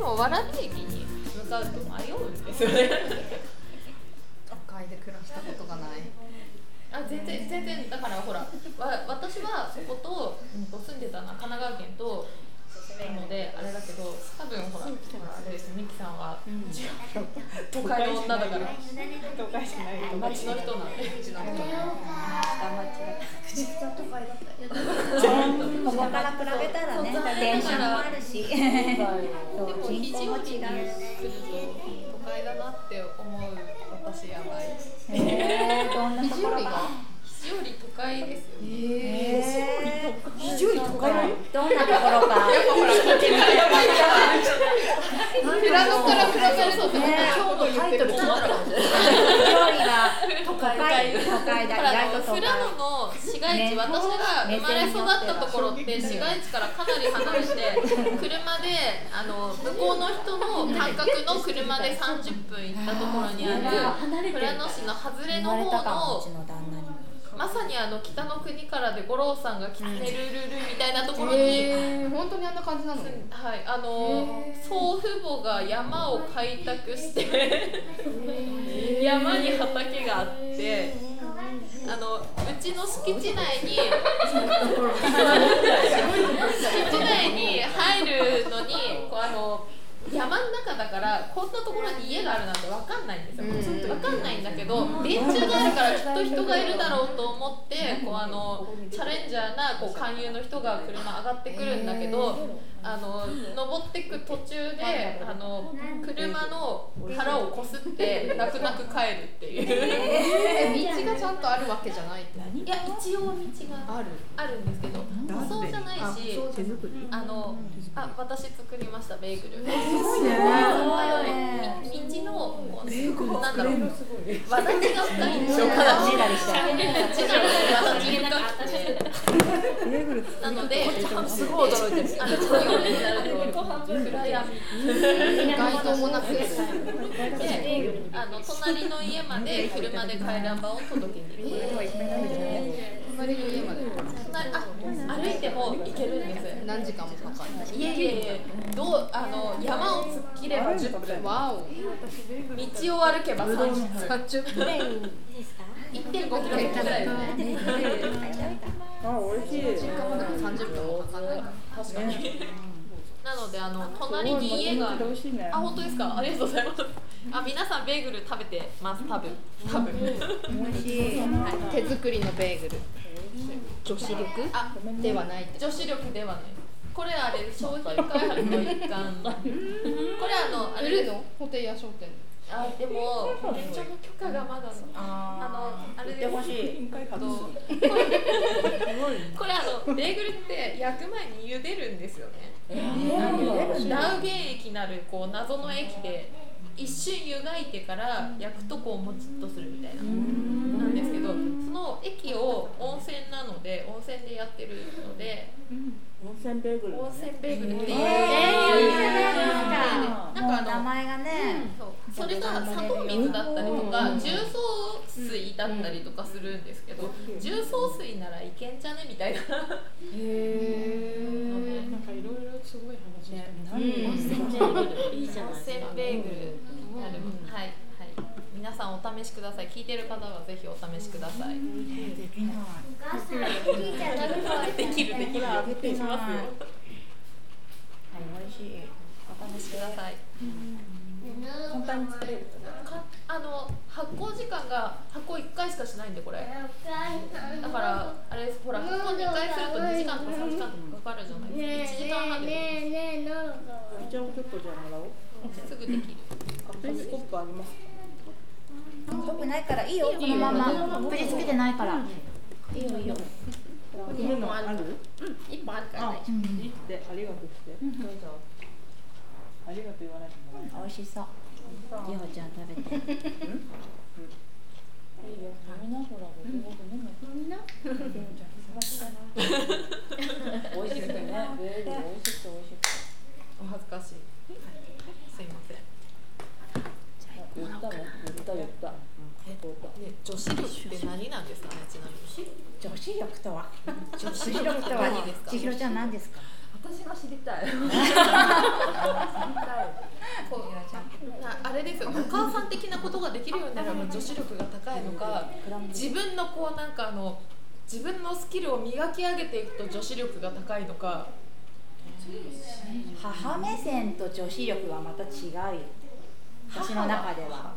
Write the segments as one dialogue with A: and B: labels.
A: も蕨駅に向かうと迷うんですよね
B: 都会で暮らしたことがない
A: あ全然全然だからほらわ私はそこと住んでたのは神奈川県となのであれだけど多分ほらほらあれですミキさんは都会の女だから
C: 都会じゃない都会
A: 町の人なんで
B: うちの人が
C: 下町だ
D: 口が都会だったよ
C: ここから比べたらね
A: そうそう
C: 電車もあるし
A: で
C: そう
A: も非
C: 人口
A: 常
C: も違う
A: にすると都会だなって思う私やばい
C: えーどんな
A: 非
C: とこ
A: 常
C: ろ
A: 理が
C: が
A: 非常理都会ですよね
C: えー
B: 非常に都会だよ
C: どんなところか
A: ラノから比べると
C: ね
B: 今日のタイトルちょっと
C: 料理が都会都会だ意外と都
A: 富
C: 会
A: 良野の市街地、
C: ね
A: 私が生まれ育ったところって市街地からかなり離れて車であの向こうの人の感覚の車で30分行ったところにある富良野市の外れの
C: 生まれたかもう
A: 方
C: ち
A: の
C: の旦那にも
A: まさにあの北の国からで五郎さんが来てるるるみたいなところに、
B: えー本当にあんな感じなの
A: はい、あの曽父母が山を開拓して 山に畑があってあのうちの敷地内に敷地内に入るのにこうあの山の中だからこんなところに家があるなんてわかんないんですよ、
B: うん
A: わかんないんだけど電柱があるからきっと人がいるだろうと思ってこうあのチャレンジャーなこう勧誘の人が車上がってくるんだけど、あの登ってく途中であの車の腹をこすって泣く泣く帰るっていう
B: え道がちゃんとあるわけじゃない
A: いや一応道が
B: ある
A: あるんですけど舗装じゃないし
E: 手作り
A: あのあ私作りましたベーグル。
C: ね
A: 道のこうなんだろうわだちが深いんですよ
C: か
A: かな
C: な
A: り
C: りじらりしたよね
A: 私がわだち が深くてなので、すごい驚いてる。あの夜になると暗闇
B: 街灯もなく
A: で、あの隣の家まで車で回覧板を届けに行く。
B: 隣の家まで
A: 隣あ、歩いても行けるんです。
B: 何時間もかかる
A: いえいえいえ、どうあの山を突っ切れば10分、
B: わお
A: 道を歩けば30分、
B: 30分
A: 1.5キロぐらいですね。
E: あ美味しい
B: 30分もかかんない
A: 確かに。なのであの隣に家がある
E: 美味しいね
A: あ本当ですかありがとうございますあ皆さんベーグル食べてます多分多分
B: 手作りのベーグル女子力
A: あ
B: ではない
A: 女子力ではないこれあれ商品開発の一環これあのあ
B: 売
A: れ
B: るのホテイヤ商店
A: あでも延長の許可がまだのあのあれで
E: 美味しい
A: あのこれこれあのベーグルって焼く前に茹でるんですよねナウゲン液なるこう謎の液で一瞬湯がいてから焼くとこうもちっとするみたいななんですけどその液を温泉なので温泉でやってるので
E: 温泉ベーグル
A: 温泉ベーグルっていう、
C: なんか名前がね
A: そうそれが砂糖水だったりとか重曹水だったりとかするんですけど重曹水ならいけんじゃねみたいなので
F: なんかいろいろすごい話してる
B: うん
D: いいじゃな
A: 温
D: い
A: 泉ベーグルなるものはいはい皆さんお試しください聞いてる方はぜひお試しください
C: できない
A: できるできる
C: あげてない美味しい
A: お試しください
E: 簡単に作れるとね
A: かあの発酵時間が発酵1回しかしないんでこれだからあれですほら発酵2回すると2時間とか3時間とかかかるじゃないですか1時間半で
E: じゃあちょっとじゃあもらおう
A: すぐできる
E: あペンスコップあります
C: よくないからいいよこのままくじつけてないから
E: こういうのある
A: 1本あるからね
E: いいってありがとうしてありがとう言わないともらえ
C: 美味しそうりほちゃん食べて
E: ない美味しくてねベーグル美味しくて美味しくて
A: お恥ずかしいすいません
E: 言ったね言った言った
A: ね女子力って何なんですかねちなみに
C: 女子力とは
A: 女子
C: 千尋
A: 力って何ですか
C: ちゃん何ですか
D: 私が知りたい。知りたい。
A: なあれですよねお母さん的なことができるようになれば女子力が高いのか自分のこうなんかあの自分のスキルを磨き上げていくと女子力が高いのか
C: 母目線と女子力はまた違うよ私の中では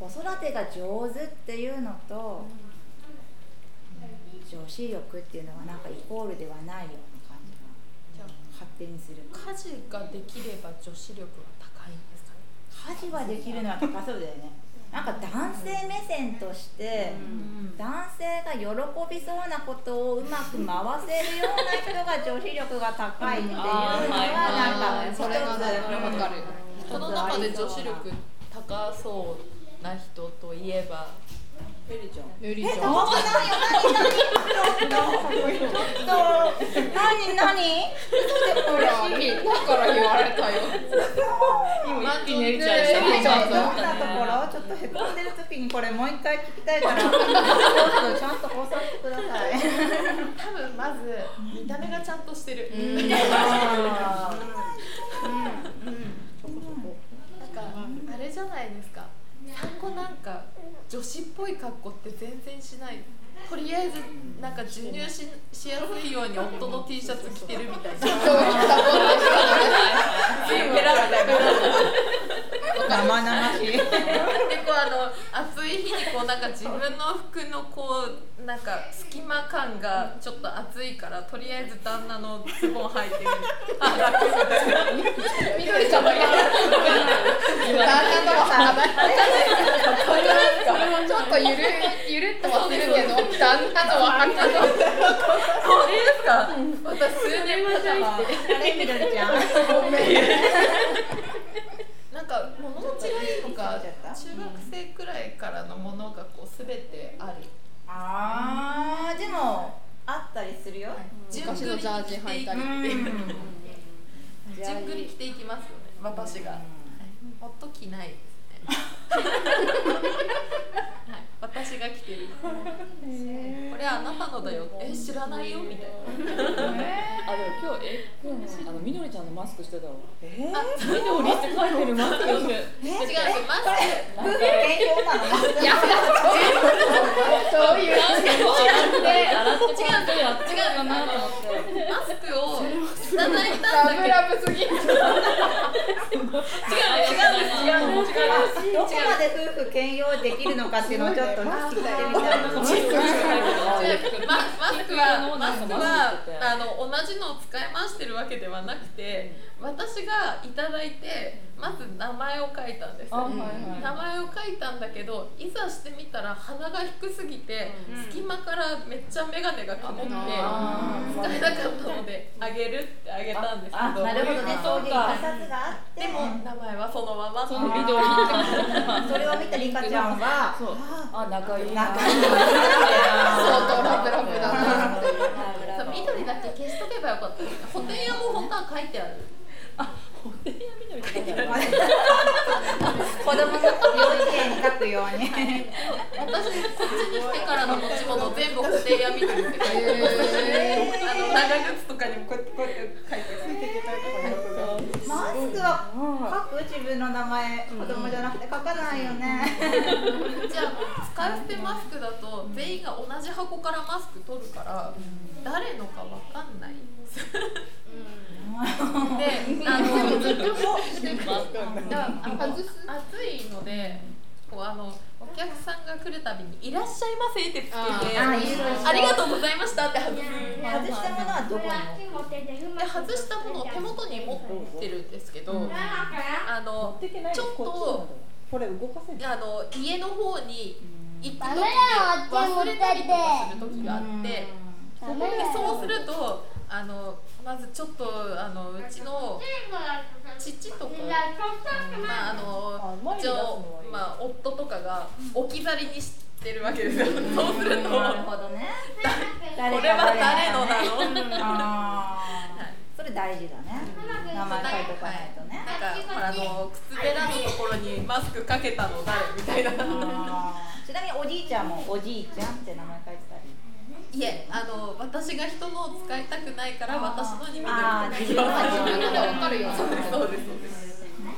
C: 子育てが上手っていうのと女子力っていうのはなんかイコールではないような感じが
A: じゃあ
C: 勝手にする
A: 家事ができれば女子力が高いんですかね
C: 家事はできるのは高そうだよねなんか男性目線として男性が喜びそうなことをうまく回せるような人が女子力が高いっていうのはなんか一つ
B: それは分かる
A: この中で女子力高そうな人といえば
E: ベリちゃん
B: ゆり
C: え
B: ちゃん
C: 高くないよ何何ちょっとちょっと何何
B: ほらみんなから言われたよ
A: 今一気に
B: ゆりち
A: ゃん
B: ゆりちゃ
C: ど
B: ん
C: ん
B: だ
C: なところちょっとへこんでる時にこれもう一回聞きたい からちょっとちゃんと放送してください
A: 多分まず見た目がちゃんとしてる、
B: うん
A: なんかあれじゃないですか産後なんか女子っぽい格好って全然しないとりあえずなんか授乳ししやすいように夫の T シャツ着てるみたいな
E: ペラがだ
C: 生 々しい
A: でこうあの暑い日にこうなんか自分の服のこうなんか隙間感がちょっと暑いからとりあえず旦那のズボン履いてるあ楽みたいな
B: みどりちゃんだけ旦那とは話ないちょっとゆるゆるっとはするけど旦那とは話ない
A: これですか私数年前だわ
C: あれみどりちゃん
A: なんか物持ちがいいのか
C: ちょっ
A: 中
C: と
A: 学生くらいからのものがこう全てある
C: あーでもあったりするよ、
A: 順
B: 昔
A: 繰
B: の
A: り
B: ジャージ履いたり
C: うん
A: 順繰り着ていきますよね私が夫着ないですねはい私が着てるこれあなたのだよえ知らないよみたいな
E: あでも今日え今日ねあのみどりちゃんのマスクしてたわえー、みどりって書いてるマスクして
A: 違
E: る
A: うマス
C: 夫婦兼用なの
B: いやそういう
A: ク違う違うあのマスクをいただいたんだけど
B: ラブラブすぎる
A: 違う違う違う
C: どこまで夫婦兼用できるのかっていうのをちょっとね聞いてみたいな
E: マスクしてる
A: ママスクはマスクはあの同じのを使い回してるわけではなくて私がいただいてまず名前を書いたんです
E: あはい
A: 名
E: は
A: 前を書いたんだけどいざしてみたら鼻が低すぎて、隙間からめっちゃ眼鏡がかもって
E: あー
A: 使えなかったのであげるってあげたんです
C: あ
A: けど
C: なるほどねそういういきさつがあって
A: でも名前はそのまま
E: いそのみどり
C: それを見たリカちゃんは
E: そうあ仲いいな
C: 仲いいな
B: 相当ラブラブだな
A: そう緑だけ消しとけばよかったですね補填屋も本当は書いてある
C: 子供の幼稚園に書くよう
A: 私
C: に
A: こっちに来てからの持ち物全部補填屋緑って書いてある
B: へ
A: あの長靴とかにもこうやってこうやって書いてある
C: マスクは書く自分の名前子供じゃなくて書かないよね
A: じゃあ使い捨てマスクだと全員が同じ箱からマスク取るから誰のかわかんないんですよであのずっとだあの暑いのでこうあのお客さんが来るたびに「いらっしゃいませ」ってつけて「
B: あー
A: あ
C: あいいですね
A: りがとうございました」って外す
C: 外したものはどこに
A: で外したものを手元に持ってるんですけどあのちょっと
E: これ動かせる
A: あの家の方に行く時に忘れたりとかする時があって。でそうするとあのまずちょっとあのうちの父とか、まああの
E: あ前
A: 一
E: に出すの
A: 応
E: はいい
A: まあ、夫とかが置き去りにしてるわけですよ、そうすると、
C: なるほどね
A: こ
C: 誰
A: れは誰の
C: だ
A: なの、なんか、
C: あーそれ大事だね名前書いとかないとね
A: ほらあの靴べらのところにマスクかけたの誰みたいな。
C: あーちなみにおじいちゃんもおじいちゃんって名前書いてたり
A: いえ、あの私が人のを使いたくないから私のに見てる
C: あー自分のは自分の
B: でわかるよ
A: そうですそうですそうです。
C: な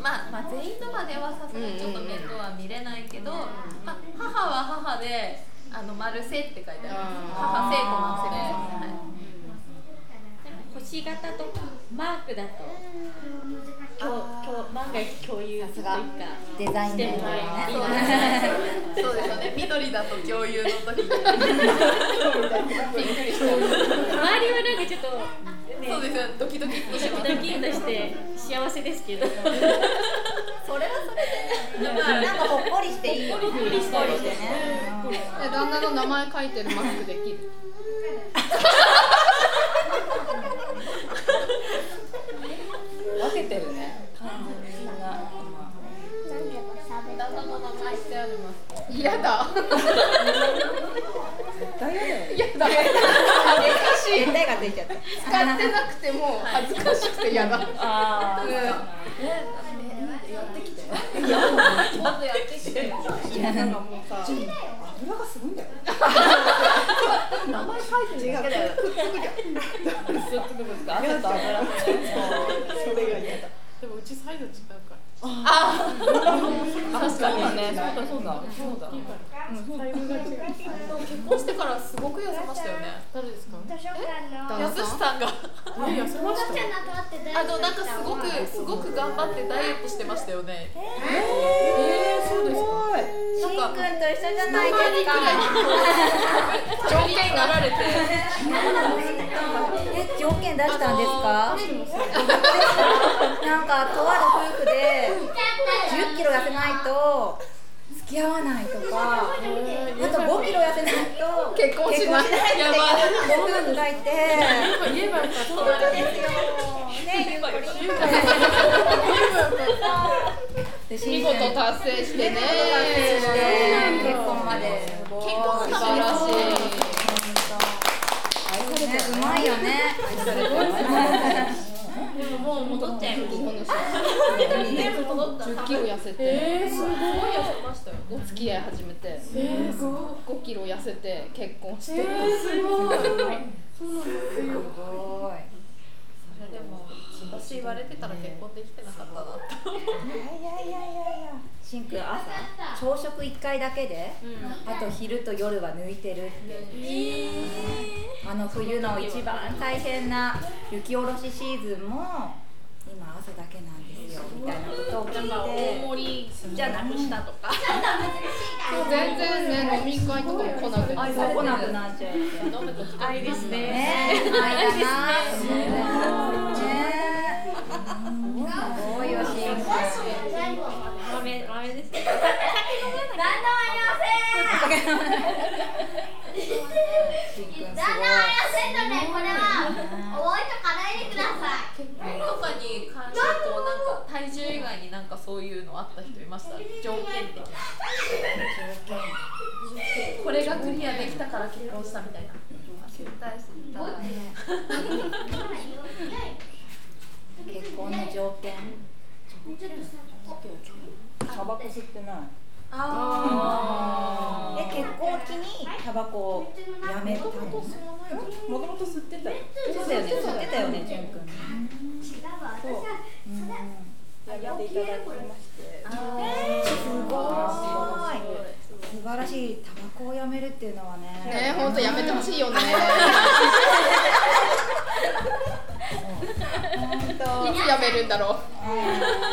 A: まあ、まあ全員とまではさすがにちょっと面倒は見れないけど、まあ、母は母で「あの丸せ」って書いてあります母聖子なんで、はい
G: 星型とかマークだと共共万が一共有というか
C: デザイン
G: して
C: で
G: もらえ
A: そう
G: ない
A: ですそうですよね緑だと共有の時にびっくりした
G: 周りはなんかちょっとね
A: そうですよねドキドキってし
G: ド
A: まう
G: キドキっとして幸せですけど
C: それはそれでねなんかほっこりしていいよねほっこりしてね
B: で旦那の名前書いてるマスクできる。
E: 分けてるねみんな
A: 旦那の名前してあります
B: 嫌だ。
E: 絶対嫌だよね
B: 嫌だ。
C: 絶対がついちゃった
B: 使ってなくても恥ずかしくて嫌だ。
E: あ
A: もっとやってきて
E: あ油がすごいんだよ名前書いてるだけだよくっつくじゃん汗と油
F: それが嫌だでもうちサイズ違うから
E: 確かにねそうだそうだそうだ
A: 結婚してからすごく痩せましたよね
F: 誰ですか
D: 図書館の
B: 旦
A: やす
B: 那さ
A: し
B: ん
A: さんが
F: いやいやそれ
D: お
F: は
D: ばちゃんなんと会って
A: あ
D: 大
A: のなんかすごくすごく頑張ってダイエットしてましたよね
E: えー、そう ですか
C: しんくんと一緒じゃない
A: 前に
C: です
A: くらい
C: か
A: 条件になられて
C: え条件出したんですかなんかとある夫婦で1 0キロ痩せないと付き合わないとかあと5キロ痩せないと
B: 結婚しない
C: 結っていうご夫婦がいて
F: 言えばよかった
C: 本当ですよねゆうこりんで
B: 見
C: 新
B: 事
C: 鮮な
B: 達成してね。
C: 結婚まで
A: 健康
B: 素晴
A: 感
B: らし
C: ねうまいよね
G: でももう戻っちゃいました
B: い。10キロ痩せて、
A: すごい痩せましたよ
B: お付き合い始めて、5キロ痩せて結婚して、
A: でも私言われてたら結婚できてなかったなって
C: いやいやいやいやしんくん朝朝食1回だけで、あと昼と夜は抜いてるって、あの冬の一番大変な雪下ろしシーズンも今朝だけなんですよみたいなことを聞いて
G: 森
C: じゃあなくしたとか
B: 全然ね飲み会とかも来なくて、
C: そう来なくなっちゃうってね
A: 飲むと愛です
C: え
A: ね
C: ないだなと思ってねすごいよしんくん
G: 豆豆で
C: しん
G: す
C: くんすごい
A: 世の中に関してこうなんか体重以外になんかそういうのあった人いました条件的これがクリアできたから結婚したみたいな絶対した
C: 結婚の条件
E: タバコ吸ってない
A: あ
C: え結婚を機にタバコをやめたの
E: もともと吸ってたよ
C: そうだよね吸ってたよねじゅんくんね
E: やっていただいてまして
C: すごい素晴らしいタバコをやめるっていうのはね
B: ね本当やめてほしいよね。
C: 本当
B: いつやめるんだろう。
C: うん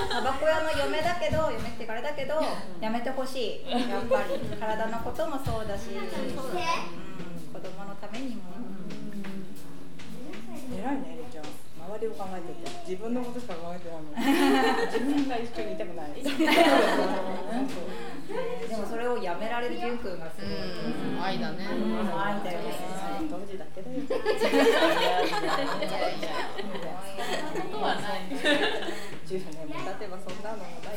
C: タバコ屋の嫁だけど嫁ってあれだけどやめてほしいやっぱり体のこともそうだし、うん、子供のためにも
E: 偉いねエリちゃん周りを考えてて 自分のことしか考えてないのに自分が一緒にいたくない
C: ねでもそれをやめられるじゅんくんがすごい、
B: うん愛だね。
C: うん愛だよね
E: 当時だけだよ
A: あことはない
E: 10年も経てばそんなのもない